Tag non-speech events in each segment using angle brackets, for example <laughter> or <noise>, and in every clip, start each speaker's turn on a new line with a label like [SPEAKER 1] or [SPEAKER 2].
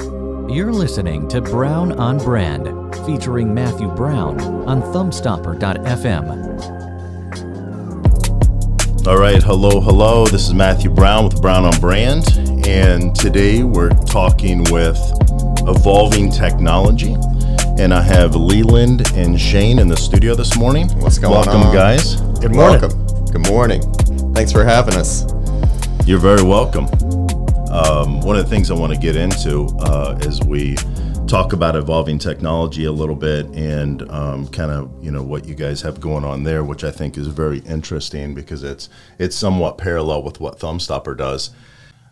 [SPEAKER 1] You're listening to Brown on Brand, featuring Matthew Brown on Thumbstopper.fm.
[SPEAKER 2] All right, hello, hello. This is Matthew Brown with Brown on Brand, and today we're talking with evolving technology. And I have Leland and Shane in the studio this morning.
[SPEAKER 3] What's going
[SPEAKER 2] Welcome,
[SPEAKER 3] on?
[SPEAKER 2] guys.
[SPEAKER 3] Good
[SPEAKER 2] morning.
[SPEAKER 3] Welcome. Good morning. Thanks for having us.
[SPEAKER 2] You're very welcome. Um, one of the things I want to get into uh, as we talk about evolving technology a little bit and um, kind of you know what you guys have going on there, which I think is very interesting because it's it's somewhat parallel with what Thumbstopper does.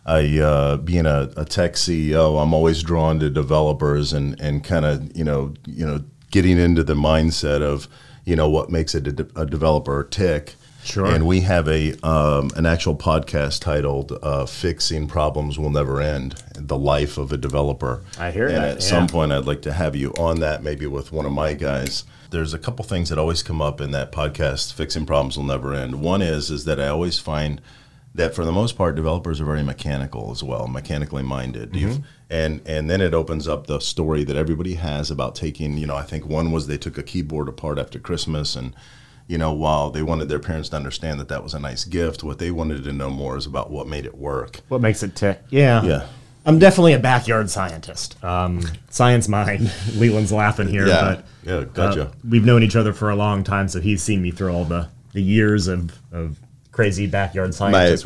[SPEAKER 2] I uh, being a, a tech CEO, I'm always drawn to developers and and kind of you know you know getting into the mindset of you know what makes a, de- a developer tick.
[SPEAKER 4] Sure.
[SPEAKER 2] And we have a um, an actual podcast titled uh, "Fixing Problems Will Never End: The Life of a Developer."
[SPEAKER 4] I hear
[SPEAKER 2] and
[SPEAKER 4] that,
[SPEAKER 2] At some
[SPEAKER 4] yeah.
[SPEAKER 2] point, I'd like to have you on that, maybe with one of my guys. There's a couple things that always come up in that podcast, "Fixing Problems Will Never End." One is is that I always find that for the most part developers are very mechanical as well mechanically minded
[SPEAKER 4] Mm-hmm.
[SPEAKER 2] You've- and and then it opens up the story that everybody has about taking you know i think one was they took a keyboard apart after christmas and you know while they wanted their parents to understand that that was a nice gift what they wanted to know more is about what made it work
[SPEAKER 4] What makes it tick? Yeah.
[SPEAKER 2] yeah
[SPEAKER 4] I'm definitely a backyard scientist. Um, science mind. <laughs> Leland's laughing here,
[SPEAKER 3] Yeah.
[SPEAKER 4] but
[SPEAKER 2] yeah
[SPEAKER 4] uh,
[SPEAKER 2] gotcha
[SPEAKER 4] we've known each other for a long time, so he's seen me through all the, the years of, of crazy backyard
[SPEAKER 3] My
[SPEAKER 4] scientist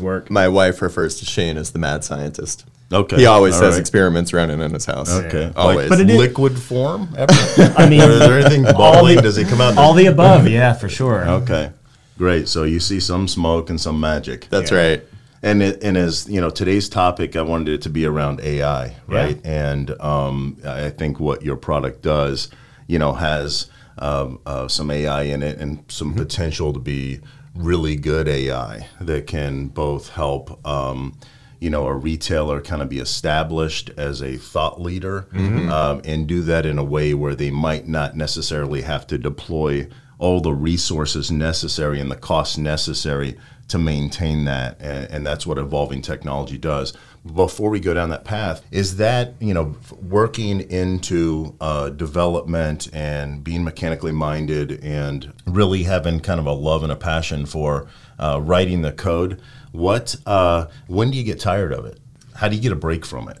[SPEAKER 2] <laughs>
[SPEAKER 4] work.
[SPEAKER 3] my wife refers to Shane as the mad scientist.
[SPEAKER 2] okay
[SPEAKER 3] He always
[SPEAKER 2] All
[SPEAKER 3] has
[SPEAKER 2] right.
[SPEAKER 3] experiments running in his house.
[SPEAKER 2] Uh, okay Like
[SPEAKER 3] Always.
[SPEAKER 4] But it is-
[SPEAKER 2] liquid form <laughs> ever? is
[SPEAKER 4] I mean,
[SPEAKER 2] there <laughs> anything balling
[SPEAKER 4] the-
[SPEAKER 2] does it come out
[SPEAKER 4] all the above, yeah, for sure.
[SPEAKER 2] okay great so you see some smoke and some magic
[SPEAKER 3] That's
[SPEAKER 4] Yeah.
[SPEAKER 3] right.
[SPEAKER 2] and it, and as you know today's topic i wanted it to be around ai right and um, i I think what your product does you know has um, uh, some ai in it and some potential to be really good ai that can both help um, you know a retailer kind of be established as a thought leader um, and do that in a way where they might not necessarily have to deploy all the resources necessary and the costs necessary to maintain that and, and that's what evolving technology does before we go down that path is that you know f- working into uh, development and being mechanically minded and really having kind of a love and a passion for uh, writing the code what uh, when do you get tired of it how do you get a break from it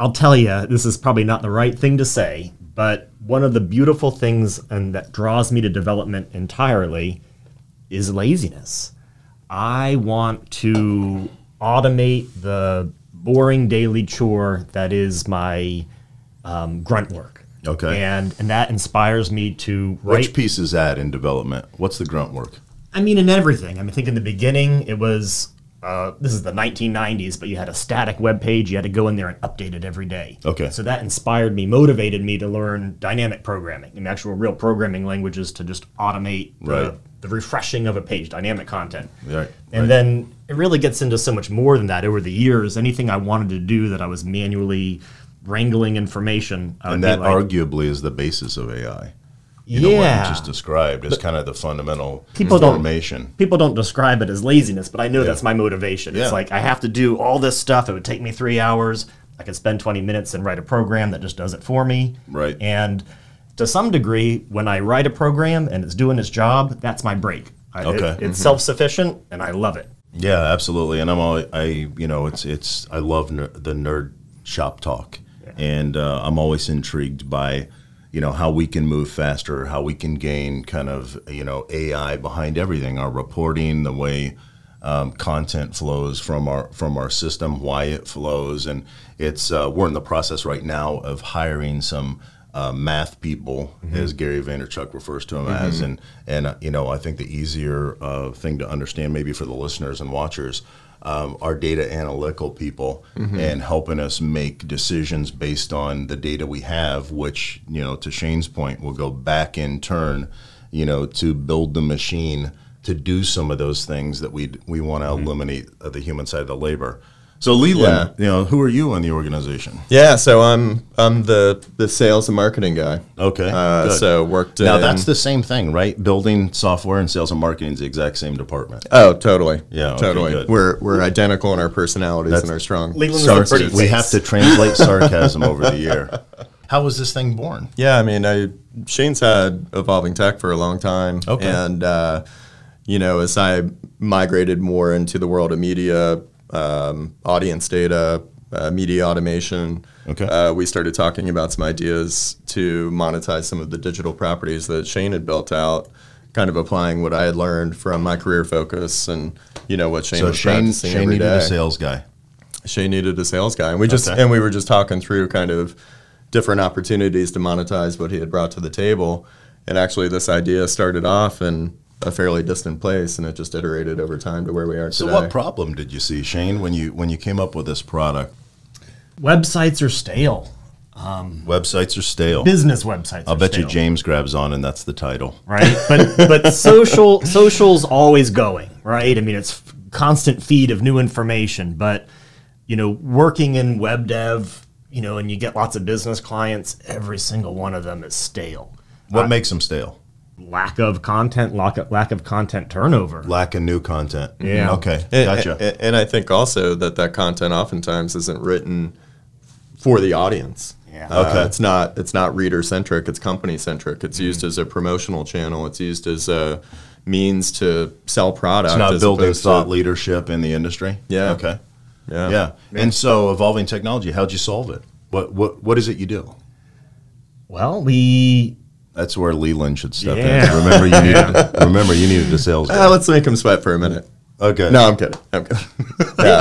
[SPEAKER 4] I'll tell you, this is probably not the right thing to say, but one of the beautiful things and that draws me to development entirely is laziness. I want to automate the boring daily chore that is my um, grunt work.
[SPEAKER 2] Okay.
[SPEAKER 4] And and that inspires me to write
[SPEAKER 2] which piece is that in development what's the grunt work
[SPEAKER 4] I mean, in everything. I mean, I think in the beginning it was. Uh, this is the 1990s, but you had a static web page. You had to go in there and update it every day.
[SPEAKER 2] Okay.
[SPEAKER 4] So that inspired me, motivated me to learn dynamic programming and actual real programming languages to just automate the,
[SPEAKER 2] Right.
[SPEAKER 4] the refreshing of a page, dynamic content.
[SPEAKER 2] Right,
[SPEAKER 4] And
[SPEAKER 2] right.
[SPEAKER 4] then it really gets into so much more than that. Over the years, anything I wanted to do that I was manually wrangling information, I
[SPEAKER 2] and
[SPEAKER 4] would be
[SPEAKER 2] that
[SPEAKER 4] like,
[SPEAKER 2] arguably is the basis of ai
[SPEAKER 4] yeah.
[SPEAKER 2] you know, what you just described is kind of the fundamental
[SPEAKER 4] People don't-
[SPEAKER 2] formation.
[SPEAKER 4] people don't describe it as laziness, but I know that's my motivation.
[SPEAKER 2] Yeah.
[SPEAKER 4] It's like I have to do all this stuff. It would take me three hours. I could spend 20 minutes and write a program that just does it for me.
[SPEAKER 2] Right.
[SPEAKER 4] And to some degree, when I write a program and it's doing its job, that's my break. I, it-
[SPEAKER 2] Okay. Mm-hmm.
[SPEAKER 4] it's self sufficient and I love it.
[SPEAKER 2] Yeah, absolutely. And I'm all I you know it's it's I love ner- the nerd shop talk, and uh, I'm always intrigued by you know how we can move faster, how we can gain kind of you know AI behind everything, our reporting, the way um, content flows from our from our system, why it flows, and it's uh, we're in the process right now of hiring some uh, math people, as Gary Vaynerchuk refers to them as, and and uh, you know I think the easier uh, thing to understand maybe for the listeners and watchers. Um, are data analytical people and helping us make decisions based on the data we have, which you know, to Shane's point, will go back in turn, you know, to build the Mm-hmm. machine to do some of those things that we we want to eliminate uh, the human side of the labor. So Leland, you know, who are you in the organization?
[SPEAKER 3] Yeah, so I'm I'm the the sales and marketing guy.
[SPEAKER 2] Okay.
[SPEAKER 3] Uh,
[SPEAKER 2] good.
[SPEAKER 3] so worked.
[SPEAKER 2] now
[SPEAKER 3] in-
[SPEAKER 2] that's the same thing, right? Building software and sales and marketing is the exact same department.
[SPEAKER 3] Oh, totally.
[SPEAKER 2] Yeah, okay,
[SPEAKER 3] totally.
[SPEAKER 2] good.
[SPEAKER 3] we're we're identical in our personalities
[SPEAKER 2] That's-
[SPEAKER 3] and our strong.
[SPEAKER 4] Leland's
[SPEAKER 3] strong
[SPEAKER 4] the pretty
[SPEAKER 3] suits.
[SPEAKER 2] We
[SPEAKER 4] face.
[SPEAKER 2] have to translate sarcasm over the year. <laughs> How was this thing born?
[SPEAKER 3] Yeah, I mean, I Shane's had evolving tech for a long time,
[SPEAKER 2] Okay.
[SPEAKER 3] and uh, you know, as I migrated more into the world of media, um, audience data, uh, media automation,
[SPEAKER 2] Okay.
[SPEAKER 3] uh, we started talking about some ideas to monetize some of the digital properties that Shane had built out. Kind of applying what I had learned from my career focus, and you know what Shane
[SPEAKER 2] So
[SPEAKER 3] was
[SPEAKER 2] Shane,
[SPEAKER 3] practicing
[SPEAKER 2] Shane
[SPEAKER 3] every
[SPEAKER 2] needed
[SPEAKER 3] day.
[SPEAKER 2] a sales guy.
[SPEAKER 3] Shay needed a sales guy, and we just
[SPEAKER 2] Okay.
[SPEAKER 3] and we were just talking through kind of different opportunities to monetize what he had brought to the table. And actually, this idea started off in a fairly distant place, and it just iterated over time to where we are
[SPEAKER 2] So
[SPEAKER 3] today.
[SPEAKER 2] what problem did you see, Shane, when you when you came up with this product?
[SPEAKER 4] Websites are stale.
[SPEAKER 2] Websites are stale.
[SPEAKER 4] Business websites.
[SPEAKER 2] I'll
[SPEAKER 4] are
[SPEAKER 2] bet you
[SPEAKER 4] stale,
[SPEAKER 2] James grabs on and that's the title.
[SPEAKER 4] Right, but but social social's always going. Right, I mean it's f- constant feed of new information. But you know, working in web dev, you know, and you get lots of business clients. Every single one of them is stale.
[SPEAKER 2] What makes them stale?
[SPEAKER 4] Lack of content, lack of, lack of content turnover.
[SPEAKER 2] Lack of new content.
[SPEAKER 4] Yeah.
[SPEAKER 2] Okay.
[SPEAKER 3] And-
[SPEAKER 2] Gotcha.
[SPEAKER 3] And, and I think also that that content oftentimes isn't written for the audience. Uh,
[SPEAKER 4] Yeah.
[SPEAKER 2] Okay.
[SPEAKER 3] it's not it's not reader centric. It's company centric. It's used
[SPEAKER 2] Mm-hmm.
[SPEAKER 3] as a promotional channel. It's used as a means to sell product.
[SPEAKER 2] it's not
[SPEAKER 3] as
[SPEAKER 2] building
[SPEAKER 3] opposed to-
[SPEAKER 2] thought leadership in the industry.
[SPEAKER 3] Yeah.
[SPEAKER 2] Okay.
[SPEAKER 3] Yeah.
[SPEAKER 2] Yeah. And so evolving technology, how'd you solve it? What what what is it you do?
[SPEAKER 4] Well, we
[SPEAKER 2] That's where Leland should step
[SPEAKER 4] Yeah.
[SPEAKER 2] in. Remember <laughs> you needed remember you needed a sales
[SPEAKER 3] Uh,
[SPEAKER 2] guy.
[SPEAKER 3] let's make him sweat for a minute.
[SPEAKER 2] Okay.
[SPEAKER 3] No, I'm kidding. I'm kidding.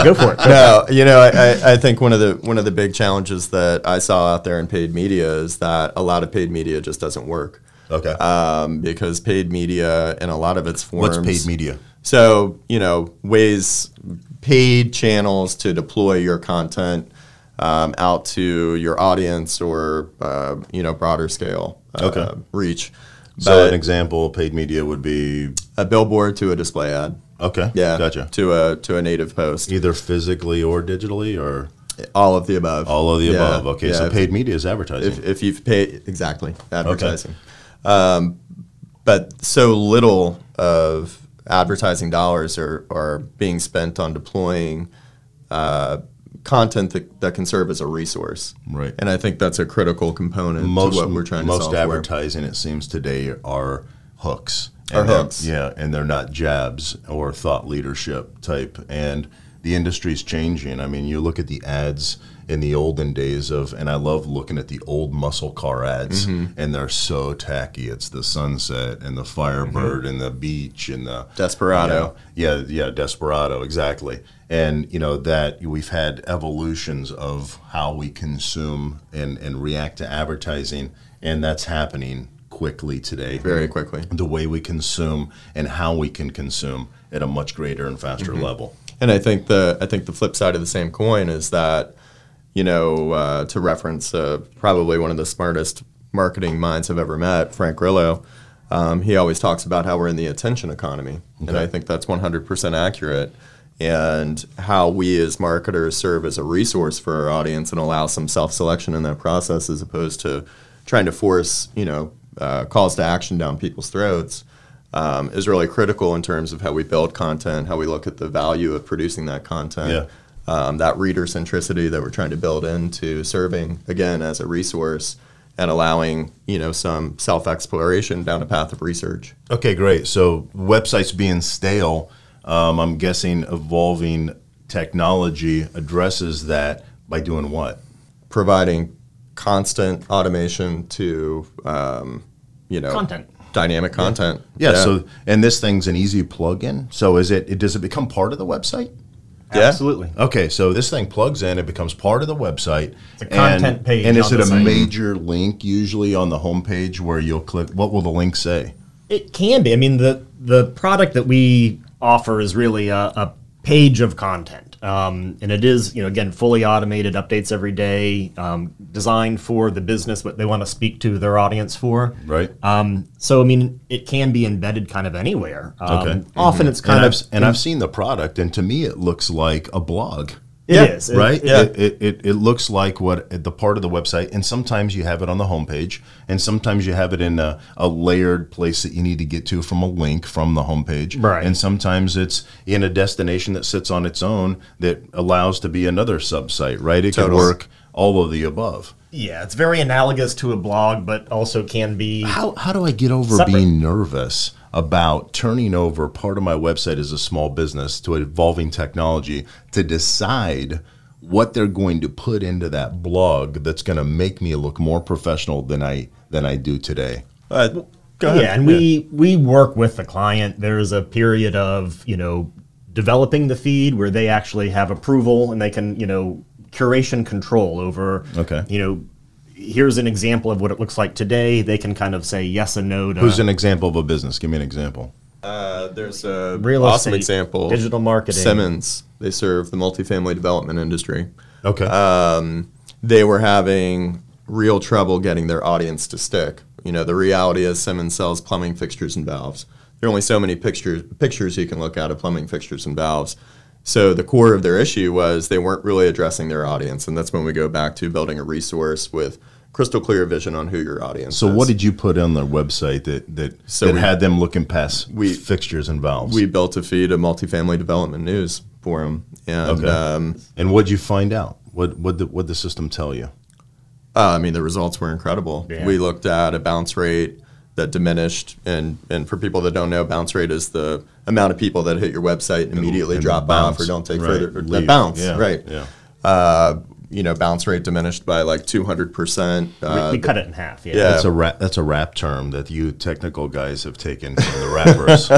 [SPEAKER 4] go for it.
[SPEAKER 3] <laughs> no, you know, I, I, I think one of the one of the big challenges that I saw out there in paid media is that a lot of paid media just doesn't work
[SPEAKER 2] Okay.
[SPEAKER 3] um, because paid media in a lot of its forms.
[SPEAKER 2] What's paid media?
[SPEAKER 3] So you know, ways paid channels to deploy your content um, out to your audience or uh, you know broader scale uh,
[SPEAKER 2] Okay.
[SPEAKER 3] reach. But
[SPEAKER 2] So an example, paid media would be
[SPEAKER 3] a billboard to a display ad.
[SPEAKER 2] okay.
[SPEAKER 3] Yeah,
[SPEAKER 2] Gotcha.
[SPEAKER 3] To a to a native post.
[SPEAKER 2] Either physically or digitally or
[SPEAKER 3] All of the above.
[SPEAKER 2] all of the
[SPEAKER 3] Yeah,
[SPEAKER 2] above. Okay.
[SPEAKER 3] yeah.
[SPEAKER 2] So paid media is advertising.
[SPEAKER 3] if, if you've paid exactly advertising um, but so little of advertising dollars are, are being spent on deploying uh, content that, that can serve as a resource
[SPEAKER 2] Right.
[SPEAKER 3] and i think that's a critical component
[SPEAKER 2] most
[SPEAKER 3] to what we're trying
[SPEAKER 2] most
[SPEAKER 3] to solve for.
[SPEAKER 2] advertising it seems today are hooks
[SPEAKER 3] Are
[SPEAKER 2] And they're-
[SPEAKER 3] hooks.
[SPEAKER 2] yeah and they're not jabs or thought leadership type and the industry's changing i mean you look at the ads in the olden days of and i love looking at the old muscle car ads
[SPEAKER 3] Mm-hmm.
[SPEAKER 2] and they're so tacky it's the sunset and the firebird
[SPEAKER 3] Mm-hmm.
[SPEAKER 2] and the beach and the
[SPEAKER 3] Desperado.
[SPEAKER 2] you know, yeah, yeah, Desperado, exactly. And you know that we've had evolutions of how we consume and and react to advertising, and that's happening quickly today.
[SPEAKER 3] very quickly
[SPEAKER 2] The way we consume and how we can consume at a much greater and faster level.
[SPEAKER 3] And I think the I think the flip side of the same coin is that, you know, uh, to reference uh, probably one of the smartest marketing minds I've ever met, Frank Grillo. Um, he always talks about how we're in the attention economy, and I think that's 100% accurate. And how we as marketers serve as a resource for our audience and allow some self-selection in that process, as opposed to trying to force, you know, uh, calls to action down people's throats um, is really critical in terms of how we build content, how we look at the value of producing that content,
[SPEAKER 2] Yeah.
[SPEAKER 3] um, that reader centricity that we're trying to build into serving again as a resource and allowing you know some self exploration down a path of research.
[SPEAKER 2] Okay, great. So websites being stale, um, I'm guessing evolving technology addresses that by doing what?
[SPEAKER 3] providing constant automation to um, you know
[SPEAKER 4] Content.
[SPEAKER 3] dynamic content.
[SPEAKER 2] Yeah, So, and this thing's an easy plug-in. So, is it? it does it become part of the website?
[SPEAKER 3] Yeah.
[SPEAKER 4] absolutely.
[SPEAKER 2] Okay, so this thing plugs in; it becomes part of the website. It's
[SPEAKER 4] a content page
[SPEAKER 2] And is
[SPEAKER 4] on
[SPEAKER 2] it
[SPEAKER 4] the
[SPEAKER 2] a
[SPEAKER 4] site.
[SPEAKER 2] major link usually on the homepage where you'll click? What will the link say?
[SPEAKER 4] It can be. I mean, the the product that we offer is really a, a page of content, um, and it is you know again fully automated, updates every day, um, designed for the business what they want to speak to their audience for.
[SPEAKER 2] Right.
[SPEAKER 4] Um, so I mean, it can be embedded kind of anywhere. Um,
[SPEAKER 2] Okay. Mm-hmm.
[SPEAKER 4] Often it's kind
[SPEAKER 2] and
[SPEAKER 4] of
[SPEAKER 2] I've, and I've seen the product, and to me, it looks like a blog.
[SPEAKER 4] It
[SPEAKER 3] Yeah,
[SPEAKER 4] is. It-
[SPEAKER 2] right?
[SPEAKER 4] it-
[SPEAKER 3] yeah.
[SPEAKER 2] It, it, it, it looks like what the part of the website, and sometimes you have it on the homepage, and sometimes you have it in a, a layered place that you need to get to from a link from the homepage.
[SPEAKER 4] Right.
[SPEAKER 2] And sometimes it's in a destination that sits on its own that allows to be another subsite, right? It could
[SPEAKER 3] Totally.
[SPEAKER 2] work all of the above.
[SPEAKER 4] yeah, it's very analogous to a blog, but also can be.
[SPEAKER 2] How, how do I get over
[SPEAKER 4] Separate.
[SPEAKER 2] being nervous about turning over part of my website as a small business to evolving technology to decide what they're going to put into that blog that's going to make me look more professional than I than I do today?
[SPEAKER 3] Uh, go ahead.
[SPEAKER 4] Yeah, and we we work with the client. There's a period of you know developing the feed where they actually have approval and they can you know curation control over.
[SPEAKER 2] Okay.
[SPEAKER 4] You know, here's an example of what it looks like today. They can kind of say yes and no to
[SPEAKER 3] Uh-huh.
[SPEAKER 2] Who's an example of a business? Give me an example.
[SPEAKER 3] Uh, there's a
[SPEAKER 4] Real
[SPEAKER 3] awesome
[SPEAKER 4] estate,
[SPEAKER 3] example.
[SPEAKER 4] digital marketing.
[SPEAKER 3] Simmons. They serve the multifamily development industry.
[SPEAKER 2] Okay.
[SPEAKER 3] They were having real trouble getting their audience to stick. You know, the reality is Simmons sells plumbing fixtures and valves. There are only so many pictures pictures you can look at of plumbing fixtures and valves. So the core of their issue was they weren't really addressing their audience, and that's when we go back to building a resource with crystal clear vision on who your audience
[SPEAKER 2] so
[SPEAKER 3] is.
[SPEAKER 2] what did you put on their website that that,
[SPEAKER 3] So
[SPEAKER 2] that
[SPEAKER 3] we-
[SPEAKER 2] had them looking past
[SPEAKER 3] we-
[SPEAKER 2] fixtures and valves?
[SPEAKER 3] we built a feed of multifamily development news for them, and
[SPEAKER 2] Okay.
[SPEAKER 3] um,
[SPEAKER 2] and what'd you find out? What what the, what the system tell you?
[SPEAKER 3] Uh, I mean, the results were incredible.
[SPEAKER 4] Yeah.
[SPEAKER 3] We looked at a bounce rate that diminished, and and for people that don't know, bounce rate is the amount of people that hit your website and immediately
[SPEAKER 2] And
[SPEAKER 3] drop
[SPEAKER 2] bounce,
[SPEAKER 3] off or don't take
[SPEAKER 2] right,
[SPEAKER 3] further or that
[SPEAKER 2] leave.
[SPEAKER 3] bounce,
[SPEAKER 2] Yeah,
[SPEAKER 3] right?
[SPEAKER 2] Yeah.
[SPEAKER 3] You know, bounce rate diminished by like two hundred percent. uh,
[SPEAKER 4] we, we cut it in half. Yeah.
[SPEAKER 3] yeah.
[SPEAKER 2] That's a rap, that's a rap term that you technical guys have taken from the <laughs> rappers.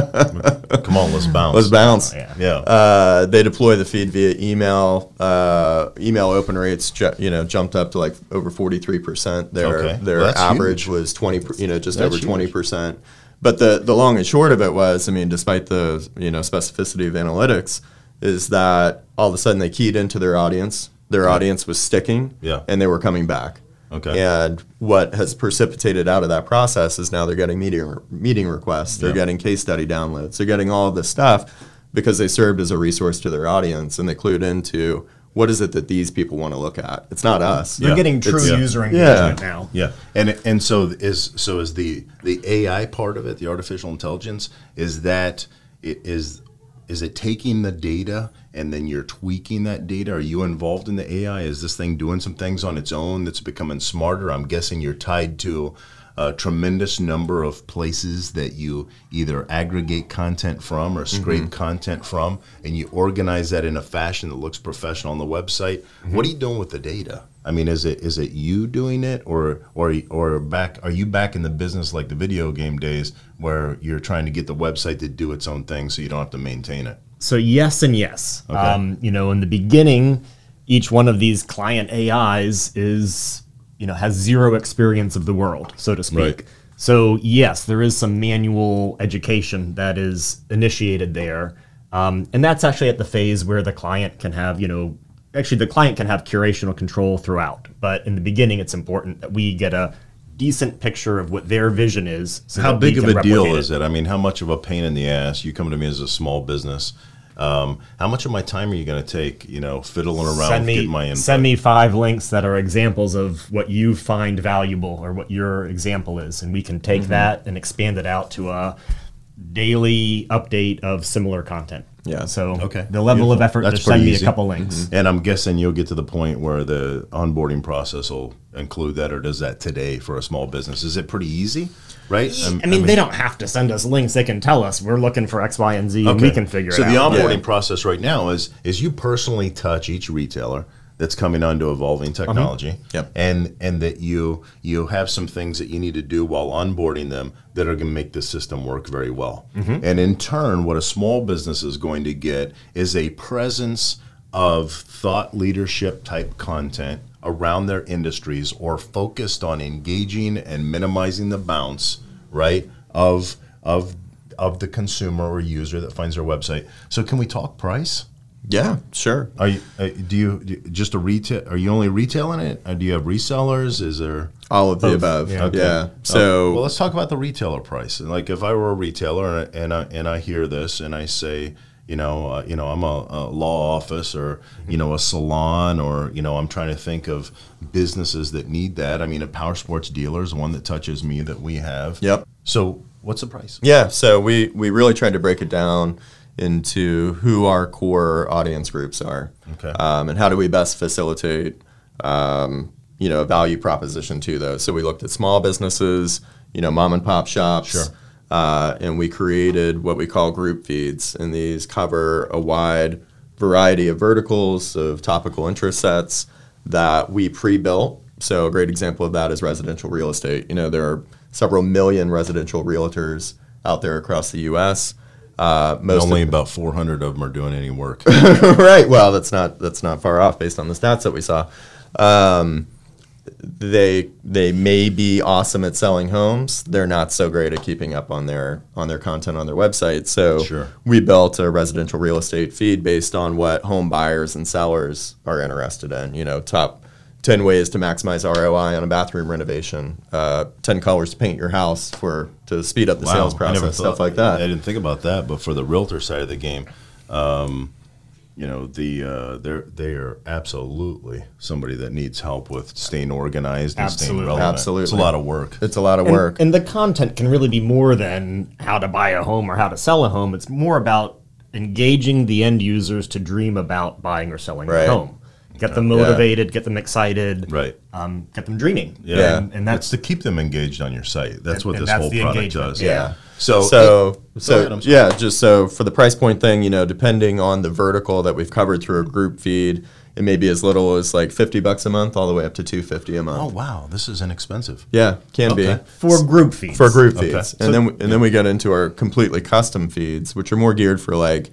[SPEAKER 2] Come on, let's bounce.
[SPEAKER 3] Let's bounce.
[SPEAKER 4] Yeah.
[SPEAKER 2] Oh, Yeah.
[SPEAKER 3] Uh, they deploy the feed via email. Uh, email open rates, ju- you know, jumped up to like over forty three percent. Their
[SPEAKER 2] Okay.
[SPEAKER 3] their
[SPEAKER 2] Well, that's
[SPEAKER 3] average was twenty, per- you know, just
[SPEAKER 2] That's
[SPEAKER 3] over
[SPEAKER 2] huge.
[SPEAKER 3] twenty percent. But the the long and short of it was, I mean, despite the you know specificity of analytics, is that all of a sudden they keyed into their audience. Their audience was sticking,
[SPEAKER 2] Yeah.
[SPEAKER 3] and they were coming back.
[SPEAKER 2] Okay.
[SPEAKER 3] And what has precipitated out of that process is now they're getting meeting meeting requests, they're
[SPEAKER 2] Yeah.
[SPEAKER 3] getting case study downloads, they're getting all of this stuff because they served as a resource to their audience and they clued into what is it that these people want to look at. It's not us.
[SPEAKER 4] You're
[SPEAKER 2] Yeah.
[SPEAKER 4] getting true
[SPEAKER 2] It's-
[SPEAKER 4] user
[SPEAKER 3] Yeah.
[SPEAKER 4] engagement now.
[SPEAKER 2] yeah. And and so is so is the the AI part of it, the artificial intelligence, is that it is is it taking the data and then you're tweaking that data? Are you involved in the AI? Is this thing doing some things on its own that's becoming smarter? I'm guessing you're tied to a tremendous number of places that you either aggregate content from or scrape content from, and you organize that in a fashion that looks professional on the website. What are you doing with the data? I mean, is it is it you doing it, or or or back? Are you back in the business like the video game days where you're trying to get the website to do its own thing so you don't have to maintain it?
[SPEAKER 4] So yes and yes. Um, you know, in the beginning, each one of these client AIs is you know has zero experience of the world, so to speak.
[SPEAKER 2] Right.
[SPEAKER 4] So yes, there is some manual education that is initiated there, um, and that's actually at the phase where the client can have you know actually the client can have curational control throughout. But in the beginning, it's important that we get a decent picture of what their vision is. So
[SPEAKER 2] how
[SPEAKER 4] that we
[SPEAKER 2] big of
[SPEAKER 4] can
[SPEAKER 2] a deal
[SPEAKER 4] replicate
[SPEAKER 2] is it? I mean, how much of a pain in the ass? You come to me as a small business. Um, how much of my time are you going to take? You know, fiddling around
[SPEAKER 4] send
[SPEAKER 2] with
[SPEAKER 4] me
[SPEAKER 2] getting my input.
[SPEAKER 4] send me five links that are examples of what you find valuable or what your example is, and we can take
[SPEAKER 2] Mm-hmm.
[SPEAKER 4] that and expand it out to a daily update of similar content.
[SPEAKER 3] Yeah.
[SPEAKER 4] So
[SPEAKER 2] Okay.
[SPEAKER 4] the level
[SPEAKER 2] Beautiful.
[SPEAKER 4] of effort
[SPEAKER 2] That's
[SPEAKER 4] to send
[SPEAKER 2] pretty
[SPEAKER 4] me
[SPEAKER 2] easy. Mm-hmm.
[SPEAKER 4] a couple links.
[SPEAKER 2] And I'm guessing you'll get to the point where the onboarding process will include that, or does that today for a small business? Is it pretty easy? Right? Um,
[SPEAKER 4] I mean, they don't have to send us links. They can tell us we're looking for X, Y, and Z, and we
[SPEAKER 2] Okay.
[SPEAKER 4] can figure
[SPEAKER 2] so
[SPEAKER 4] it out.
[SPEAKER 2] the onboarding
[SPEAKER 3] Yeah.
[SPEAKER 2] process right now is is you personally touch each retailer that's coming onto evolving
[SPEAKER 4] Uh-huh.
[SPEAKER 2] technology,
[SPEAKER 3] Yep.
[SPEAKER 2] and and that you you have some things that you need to do while onboarding them that are going to make the system work very well. And in turn, what a small business is going to get is a presence of thought leadership type content around their industries or focused on engaging and minimizing the bounce right of of of the consumer or user that finds their website. So can we talk price?
[SPEAKER 3] Yeah, sure.
[SPEAKER 2] Are you uh, do you do you- just a retail? Are you only retailing it? Or do you have resellers? Is there?
[SPEAKER 3] All of the above. Yeah.
[SPEAKER 2] Okay. Oh.
[SPEAKER 3] So
[SPEAKER 2] Well, let's talk about the retailer price. And like, if I were a retailer and I, and I and I hear this and I say, You know, uh, you know, I'm a, a law office or you know a salon or you know I'm trying to think of businesses that need that. I mean, a power sports dealer is one that touches me that we have.
[SPEAKER 3] Yep.
[SPEAKER 2] So what's the price?
[SPEAKER 3] Yeah, so we we really tried to break it down into who our core audience groups are,
[SPEAKER 2] Okay.
[SPEAKER 3] um, and how do we best facilitate, um, you know, a value proposition to those. So we looked at small businesses, you know, mom and pop shops,
[SPEAKER 2] Sure.
[SPEAKER 3] uh, and we created what we call group feeds, and these cover a wide variety of verticals of topical interest sets that we pre-built. So a great example of that is residential real estate. You know, there are several million residential realtors out there across the U.S. Uh, most
[SPEAKER 2] Only
[SPEAKER 3] of-
[SPEAKER 2] about 400 of them are doing any <laughs> work.
[SPEAKER 3] <laughs> right. Well, that's not that's not far off based on the stats that we saw. Um, they they may be awesome at selling homes. They're not so great at keeping up on their on their content on their website. So
[SPEAKER 2] Sure.
[SPEAKER 3] we built a residential real estate feed based on what home buyers and sellers are interested in. You know, top ten ways to maximize ROI on a bathroom renovation. Uh, ten colors to paint your house for to speed up the sales
[SPEAKER 2] I never
[SPEAKER 3] process. Stuff
[SPEAKER 2] thought-
[SPEAKER 3] like that.
[SPEAKER 2] I didn't think about that, but for the realtor side of the game, um, you know, the uh, they're they are absolutely somebody that needs help with staying organized and
[SPEAKER 4] Absolutely.
[SPEAKER 2] staying relevant. it's a
[SPEAKER 3] Absolutely.
[SPEAKER 2] lot of work.
[SPEAKER 3] it's a lot of
[SPEAKER 4] And-
[SPEAKER 3] work.
[SPEAKER 4] And, the content can really be more than how to buy a home or how to sell a home. It's more about engaging the end users to dream about buying or selling
[SPEAKER 3] Right.
[SPEAKER 4] a home. Get them motivated, get them excited,
[SPEAKER 2] Right.
[SPEAKER 4] Um, get them dreaming.
[SPEAKER 3] Yeah.
[SPEAKER 4] and, and
[SPEAKER 2] that's
[SPEAKER 4] that's
[SPEAKER 2] to keep them engaged on your site. That's what
[SPEAKER 4] and
[SPEAKER 2] this
[SPEAKER 4] that's
[SPEAKER 2] whole
[SPEAKER 4] the
[SPEAKER 2] product
[SPEAKER 4] engagement,
[SPEAKER 2] does.
[SPEAKER 4] yeah.
[SPEAKER 2] So
[SPEAKER 3] So, so
[SPEAKER 2] Oh, ahead, I'm sorry.
[SPEAKER 3] yeah, just so for the price point thing, you know, depending on the vertical that we've covered through a group feed, it may be as little as like 50 bucks a month all the way up to 250 a month.
[SPEAKER 2] oh wow, this is inexpensive.
[SPEAKER 3] Yeah, can
[SPEAKER 2] Okay.
[SPEAKER 3] be
[SPEAKER 4] for group fees.
[SPEAKER 3] for group
[SPEAKER 2] Okay.
[SPEAKER 3] feeds.
[SPEAKER 2] So-
[SPEAKER 3] And then we- and then we get into our completely custom feeds, which are more geared for like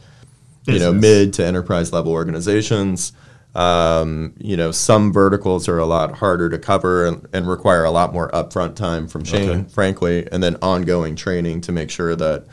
[SPEAKER 3] you know,
[SPEAKER 4] Business.
[SPEAKER 3] mid to enterprise level organizations. Um, you know, some verticals are a lot harder to cover and, and require a lot more upfront time from Shane,
[SPEAKER 2] Okay.
[SPEAKER 3] frankly, and then ongoing training to make sure that,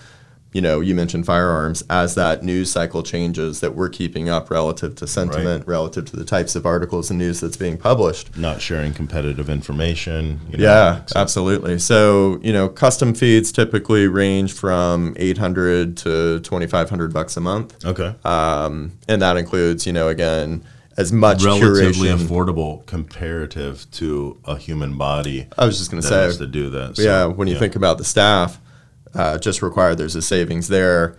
[SPEAKER 3] you know, you mentioned firearms as that news cycle changes that we're keeping up relative to sentiment, relative to the types of articles and news that's being published.
[SPEAKER 2] Not sharing competitive information. you know,
[SPEAKER 3] Yeah,
[SPEAKER 2] et cetera.
[SPEAKER 3] absolutely. So you know, custom feeds typically range from eight hundred to twenty five hundred bucks a month,
[SPEAKER 2] Okay.
[SPEAKER 3] and that includes you know again as much
[SPEAKER 2] Relatively
[SPEAKER 3] curation.
[SPEAKER 2] affordable comparative to a human body
[SPEAKER 3] I was just going to
[SPEAKER 2] that
[SPEAKER 3] say,
[SPEAKER 2] has to do that. So,
[SPEAKER 3] Uh, yeah, when you think about the staff, uh, just required there's a savings there.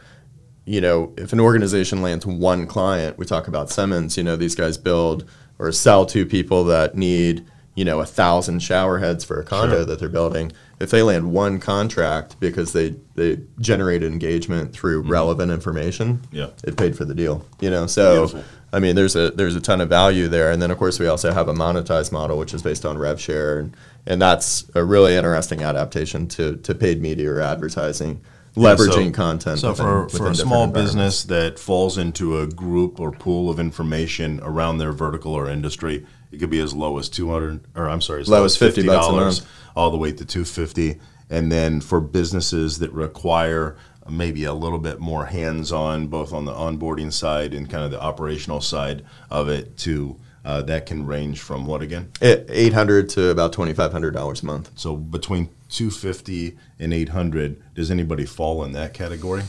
[SPEAKER 3] You know, if an organization lands one client, we talk about Simmons. You know, these guys build or sell to people that need you know a thousand shower heads for a condo that they're building. If they land one contract because they they generated engagement through relevant information,
[SPEAKER 2] Mm-hmm. Yeah.
[SPEAKER 3] it paid for the deal. You know, so
[SPEAKER 2] Beautiful.
[SPEAKER 3] I mean, there's a there's a ton of value there, and then of course we also have a monetized model, which is based on rev share, and, and that's a really interesting adaptation to to paid media or advertising,
[SPEAKER 2] so-
[SPEAKER 3] leveraging content.
[SPEAKER 2] So
[SPEAKER 3] within-
[SPEAKER 2] for,
[SPEAKER 3] within
[SPEAKER 2] for a
[SPEAKER 3] different
[SPEAKER 2] small
[SPEAKER 3] environments.
[SPEAKER 2] business that falls into a group or pool of information around their vertical or industry, it could be as low as two hundred, or I'm sorry, as
[SPEAKER 3] Low as 50 bucks a
[SPEAKER 2] $50,
[SPEAKER 3] month.
[SPEAKER 2] all the way to two fifty. And then for businesses that require maybe a little bit more hands-on, both on the onboarding side and kind of the operational side of it, to uh, that can range from what again?
[SPEAKER 3] It- 800 to about $2,500 a month.
[SPEAKER 2] So between two fifty and eight hundred, does anybody fall in that category?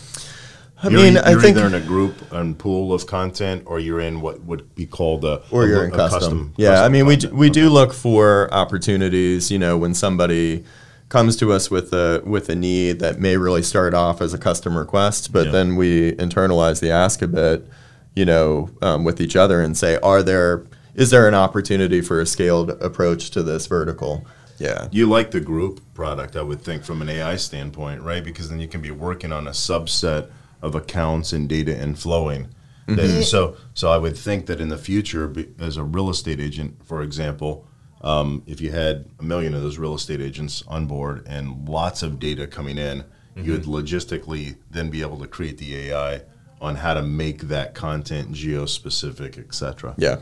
[SPEAKER 3] I
[SPEAKER 2] you're,
[SPEAKER 3] mean,
[SPEAKER 2] e-, you're
[SPEAKER 3] I think
[SPEAKER 2] either in a group and pool of content, or you're in what would be called a
[SPEAKER 3] or
[SPEAKER 2] a
[SPEAKER 3] you're
[SPEAKER 2] lo-
[SPEAKER 3] in
[SPEAKER 2] a
[SPEAKER 3] custom. yeah, I
[SPEAKER 2] custom
[SPEAKER 3] mean, we do,
[SPEAKER 2] content.
[SPEAKER 3] we do look for opportunities. You know, when somebody comes to us with a with a need that may really start off as a custom request, but
[SPEAKER 2] Yeah.
[SPEAKER 3] then we internalize the ask a bit. You know, um, with each other and say, are there is there an opportunity for a scaled approach to this vertical? Yeah.
[SPEAKER 2] You like the group product, I would think, from an AI standpoint, right? Because then you can be working on a subset of accounts and data and flowing. Then- so, so I would think that in the future, be- as a real estate agent, for example, um, if you had a million of those real estate agents on board and lots of data coming in, you would logistically then be able to create the AI on how to make that content geo specific, et cetera.
[SPEAKER 3] Yeah.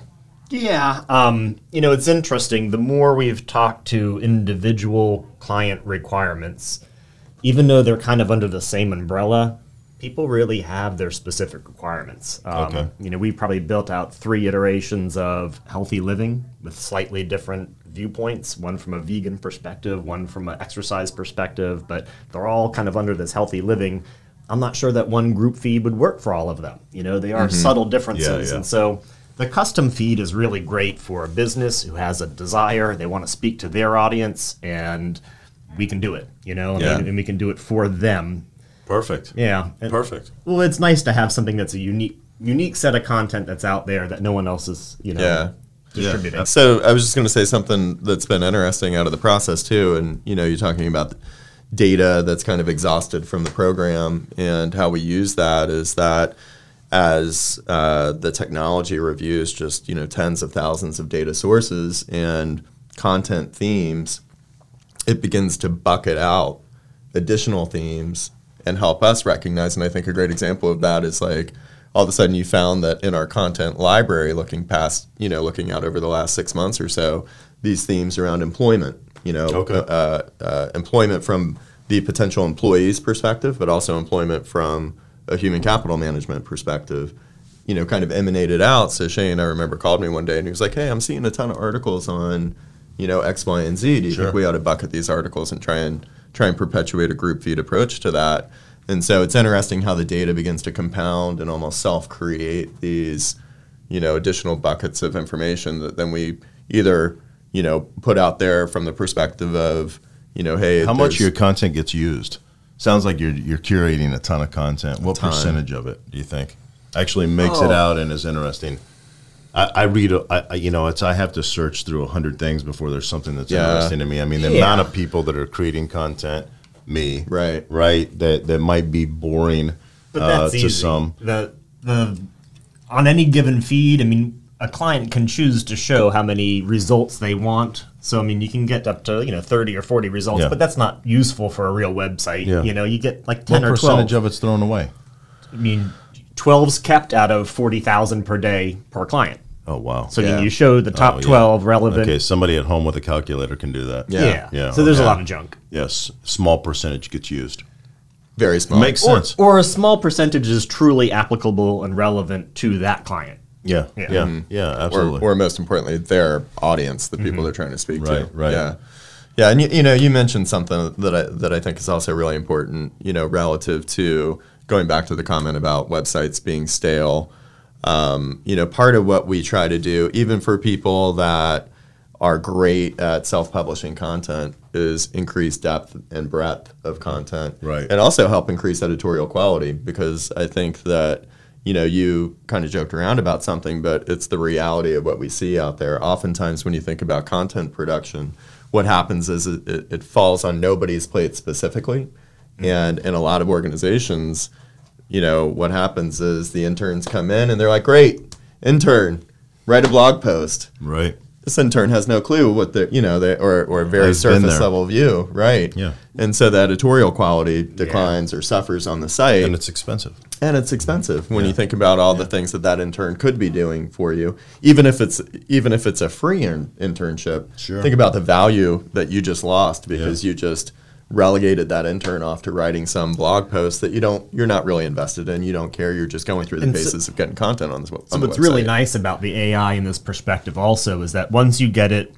[SPEAKER 4] Yeah. Um, you know, it's interesting. The more we've talked to individual client requirements, even though they're kind of under the same umbrella, people really have their specific requirements. Um,
[SPEAKER 2] Okay.
[SPEAKER 4] You know, we probably built out three iterations of healthy living with slightly different viewpoints one from a vegan perspective, one from an exercise perspective, but they're all kind of under this healthy living. I'm not sure that one group feed would work for all of them. You know, they are subtle differences.
[SPEAKER 2] Mm-hmm. yeah.
[SPEAKER 4] And so the custom feed is really great for a business who has a desire, they want to speak to their audience, and we can do it, you know, and,
[SPEAKER 3] Yeah.
[SPEAKER 4] we, and we can do it for them.
[SPEAKER 2] Perfect.
[SPEAKER 4] Yeah. And-
[SPEAKER 2] Perfect.
[SPEAKER 4] Well, it's nice to have something that's a unique unique set of content that's out there that no one else is, you know,
[SPEAKER 3] Yeah.
[SPEAKER 4] distributing.
[SPEAKER 3] So I was just going to say something that's been interesting out of the process too, and you know, you're talking about data that's kind of exhausted from the program, and how we use that is that as uh, the technology reviews just you know tens of thousands of data sources and content themes, it begins to bucket out additional themes and help us recognize. And I think a great example of that is like all of a sudden you found that in our content library, looking past, you know, looking out over the last six months or so, these themes around employment, you know,
[SPEAKER 2] Okay.
[SPEAKER 3] uh, uh, employment from the potential employee's perspective, but also employment from a human capital management perspective. You know, kind of emanated out. So Shane, I remember, called me one day and he was like, "Hey, I'm seeing a ton of articles on, you know, X, Y, and Z. Do you
[SPEAKER 2] Sure.
[SPEAKER 3] think we ought to bucket these articles and try and try and perpetuate a group feed approach to that. And so it's interesting how the data begins to compound and almost self-create these, you know, additional buckets of information that then we either, you know, put out there from the perspective of, you know, hey,
[SPEAKER 2] How much of
[SPEAKER 3] there's-
[SPEAKER 2] your content gets used? Sounds like you're you're curating a ton of content. What
[SPEAKER 3] ton.
[SPEAKER 2] percentage of it do you think actually makes it out and is interesting? I, I read, a, I, I- you know, it's I have to search through a hundred things before there's something that's
[SPEAKER 3] Yeah.
[SPEAKER 2] interesting to me. I mean, the
[SPEAKER 4] Yeah.
[SPEAKER 2] amount of people that are creating content, me,
[SPEAKER 3] Right.
[SPEAKER 2] right, that that might be boring
[SPEAKER 4] but
[SPEAKER 2] uh,
[SPEAKER 4] that's
[SPEAKER 2] to
[SPEAKER 4] easy.
[SPEAKER 2] some.
[SPEAKER 4] The the on any given feed, I mean, a client can choose to show how many results they want. So I mean, you can get up to you know thirty or forty results,
[SPEAKER 2] Yeah.
[SPEAKER 4] but that's not useful for a real website.
[SPEAKER 2] Yeah.
[SPEAKER 4] You know, you get like
[SPEAKER 2] What
[SPEAKER 4] ten or
[SPEAKER 2] percentage
[SPEAKER 4] twelve.
[SPEAKER 2] of it's thrown away?
[SPEAKER 4] I mean, 12's kept out of forty thousand per day per client.
[SPEAKER 2] Oh wow!
[SPEAKER 4] So I mean,
[SPEAKER 3] Yeah.
[SPEAKER 4] you show the top
[SPEAKER 2] Oh, yeah.
[SPEAKER 4] twelve relevant.
[SPEAKER 2] okay, somebody at home with a calculator can do that.
[SPEAKER 3] Yeah.
[SPEAKER 4] Yeah.
[SPEAKER 2] Yeah,
[SPEAKER 4] So there's a
[SPEAKER 2] okay.
[SPEAKER 4] lot of junk.
[SPEAKER 2] Yes, small percentage gets used.
[SPEAKER 3] very small.
[SPEAKER 2] Makes
[SPEAKER 4] Or,
[SPEAKER 2] sense.
[SPEAKER 4] or a small percentage is truly applicable and relevant to that client.
[SPEAKER 2] yeah, yeah,
[SPEAKER 4] Yeah.
[SPEAKER 2] yeah, absolutely.
[SPEAKER 4] Mhm.
[SPEAKER 3] Mm-hmm.
[SPEAKER 2] Mm-hmm.
[SPEAKER 3] or, or most importantly, their audience, the people they're trying to speak to.
[SPEAKER 2] Right, right.
[SPEAKER 3] Yeah. Yeah, and you, you know, you mentioned something that I, that I think is also really important, you know, relative to going back to the comment about websites being stale. Um, you know, part of what we try to do, even for people that are great at self-publishing content, is increase depth and breadth of content,
[SPEAKER 2] Right.
[SPEAKER 3] And also help increase editorial quality because I think that you know you kind of joked around about something, but it's the reality of what we see out there. Oftentimes, when you think about content production, what happens is it, it, it falls on nobody's plate specifically, and in a lot of organizations, you know, what happens is the interns come in and they're like, great, intern, write a blog post.
[SPEAKER 2] right.
[SPEAKER 3] This intern has no clue what the, you know, they, or, or a very
[SPEAKER 2] I've been
[SPEAKER 3] surface
[SPEAKER 2] there.
[SPEAKER 3] level view, right?
[SPEAKER 2] Yeah.
[SPEAKER 3] And so the editorial quality declines or suffers on the site.
[SPEAKER 2] and it's expensive.
[SPEAKER 3] And it's expensive when you think about all the things that that intern could be doing for you, even if it's even if it's a free in- internship.
[SPEAKER 2] Sure.
[SPEAKER 3] Think about the value that you just lost because you just relegated that intern off to writing some blog post that you don't you're not really invested in. You don't care. You're just going through the
[SPEAKER 4] And so-
[SPEAKER 3] paces of getting content on this. So
[SPEAKER 4] So what's really nice about the AI in this perspective also is that once you get it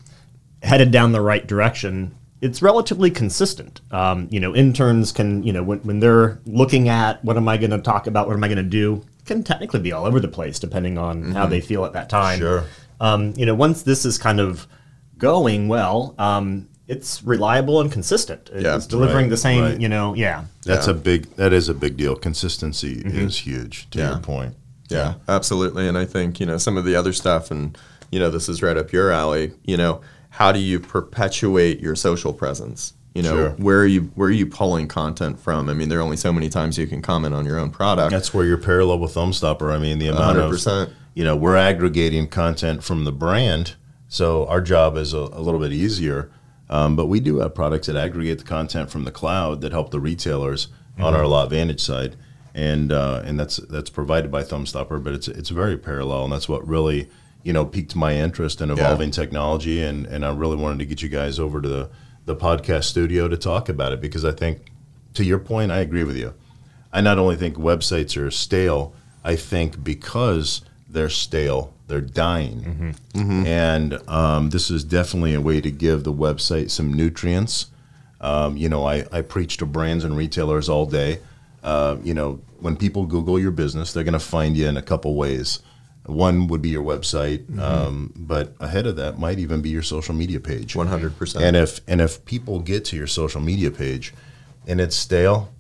[SPEAKER 4] headed down the right direction, it's relatively consistent. Um, you know, interns can, you know, when, when they're looking at what am I going to talk about, what am I going to do, can technically be all over the place depending on how they feel at that time.
[SPEAKER 2] Mm-hmm. Sure.
[SPEAKER 4] Um, you know, once this is kind of going well, um, it's reliable and consistent. It's
[SPEAKER 3] Yeah,
[SPEAKER 4] delivering
[SPEAKER 2] right,
[SPEAKER 4] the same,
[SPEAKER 2] right.
[SPEAKER 4] you know, yeah.
[SPEAKER 2] That's a big. That is a big deal. Consistency is huge. To your
[SPEAKER 3] Mm-hmm. Yeah.
[SPEAKER 2] point.
[SPEAKER 3] Yeah, absolutely. And I think, you know, some of the other stuff, and, you know, this is right up your alley, you know, how do you perpetuate your social presence? You know,
[SPEAKER 2] Sure.
[SPEAKER 3] where are you where are you pulling content from? I mean, there are only so many times you can comment on your own product.
[SPEAKER 2] That's where you're parallel with Thumbstopper. I mean, the amount of
[SPEAKER 3] 100%.
[SPEAKER 2] you know we're aggregating content from the brand, so our job is a, a little bit easier. Um, but we do have products that aggregate the content from the cloud that help the retailers on our Lot Vantage side, and uh, and that's that's provided by Thumbstopper. But it's it's very parallel, and that's what really you know piqued my interest in evolving technology, and and I really wanted to get you guys over to the the podcast studio to talk about it because I think to your point, I agree with you. I not only think websites are stale, I think because they're stale, they're dying.
[SPEAKER 3] Mm-hmm.
[SPEAKER 2] And um, this is definitely a way to give the website some nutrients. Um, you know, I, I preach to brands and retailers all day uh, you know, when people Google your business, they're going to find you in a couple ways. One would be your website,
[SPEAKER 3] Mm-hmm.
[SPEAKER 2] um, but ahead of that might even be your social media page.
[SPEAKER 3] One hundred percent.
[SPEAKER 2] And if and if people get to your social media page and it's stale,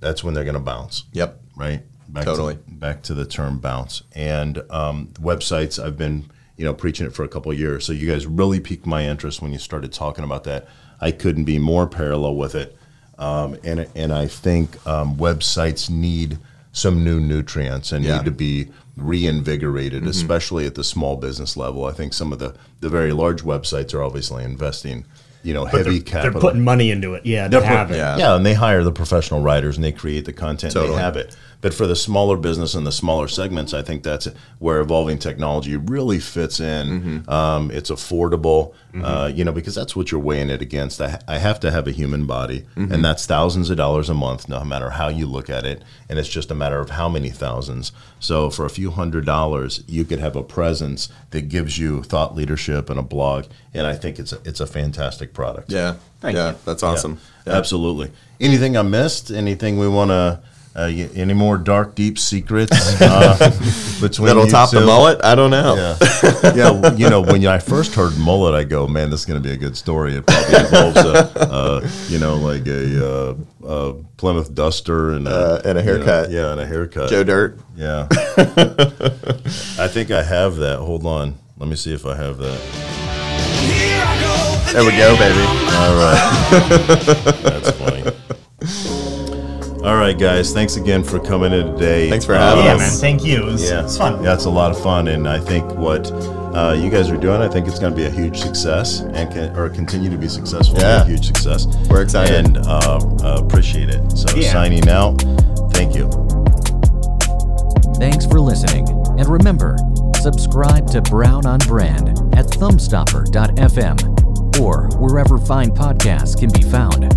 [SPEAKER 2] that's when they're going to bounce
[SPEAKER 3] Yep.
[SPEAKER 2] right? Back
[SPEAKER 3] Totally.
[SPEAKER 2] To, back to the term bounce and um, websites. I've been you know preaching it for a couple of years. So you guys really piqued my interest when you started talking about that. I couldn't be more parallel with it. Um, and and I think um, websites need some new nutrients and
[SPEAKER 3] Yeah.
[SPEAKER 2] need
[SPEAKER 3] Mm-hmm.
[SPEAKER 2] to be reinvigorated, especially at the small business level. I think some of the the very large websites are obviously investing, you know, heavy
[SPEAKER 4] They're
[SPEAKER 2] capital.
[SPEAKER 4] putting money into it. Yeah, they
[SPEAKER 2] They're
[SPEAKER 4] have
[SPEAKER 2] put-
[SPEAKER 4] it.
[SPEAKER 3] yeah.
[SPEAKER 2] Yeah, and they hire the professional writers and they create the content.
[SPEAKER 3] Totally.
[SPEAKER 2] They have it. But for the smaller business and the smaller segments, I think that's where evolving technology really fits in.
[SPEAKER 3] Mm-hmm.
[SPEAKER 2] Um, it's affordable, uh, you know, because that's what you're weighing it against. I, I have to have a human body,
[SPEAKER 3] Mm-hmm.
[SPEAKER 2] and that's thousands of dollars a month, no matter how you look at it. And it's just a matter of how many thousands. So for a few hundred dollars, you could have a presence that gives you thought leadership and a blog. And I think it's a, it's a fantastic product.
[SPEAKER 3] Yeah.
[SPEAKER 4] Thank
[SPEAKER 3] yeah.
[SPEAKER 4] you.
[SPEAKER 3] That's awesome.
[SPEAKER 2] Yeah, Absolutely. Anything I missed? Anything we want to? Uh, y- any more dark, deep secrets
[SPEAKER 3] <laughs>
[SPEAKER 2] uh, between
[SPEAKER 3] That'll
[SPEAKER 2] you
[SPEAKER 3] top the
[SPEAKER 2] two?
[SPEAKER 3] mullet. I don't know.
[SPEAKER 2] Yeah, yeah. You know, when I first heard mullet, I go, "Man, this is going to be a good story." It probably involves a, uh, you know, like a uh, uh, Plymouth duster and a,
[SPEAKER 3] Uh, and a
[SPEAKER 2] you know,
[SPEAKER 3] haircut.
[SPEAKER 2] yeah, and a haircut.
[SPEAKER 3] Joe Dirt. <laughs>
[SPEAKER 2] Yeah. I think I have that. Hold on. Let me see if I have that.
[SPEAKER 3] There we go, baby.
[SPEAKER 2] All right.
[SPEAKER 4] <laughs>
[SPEAKER 2] That's funny. All right, guys. Thanks again for coming in today. Um,
[SPEAKER 3] Thanks for having
[SPEAKER 4] Yeah,
[SPEAKER 3] us.
[SPEAKER 4] man. Thank you. It was,
[SPEAKER 2] Yeah,
[SPEAKER 4] it's fun.
[SPEAKER 2] Yeah, it's a lot of fun, and I think what uh, you guys are doing, I think it's going to be a huge success, and can, or continue to be successful. and be
[SPEAKER 3] Yeah.
[SPEAKER 2] a huge success.
[SPEAKER 3] We're excited.
[SPEAKER 2] and uh, uh, appreciate it. So
[SPEAKER 4] Yeah.
[SPEAKER 2] signing out. Thank you.
[SPEAKER 1] Thanks for listening, and remember, subscribe to Brown on Brand at thumbstopper.fm or wherever fine podcasts can be found.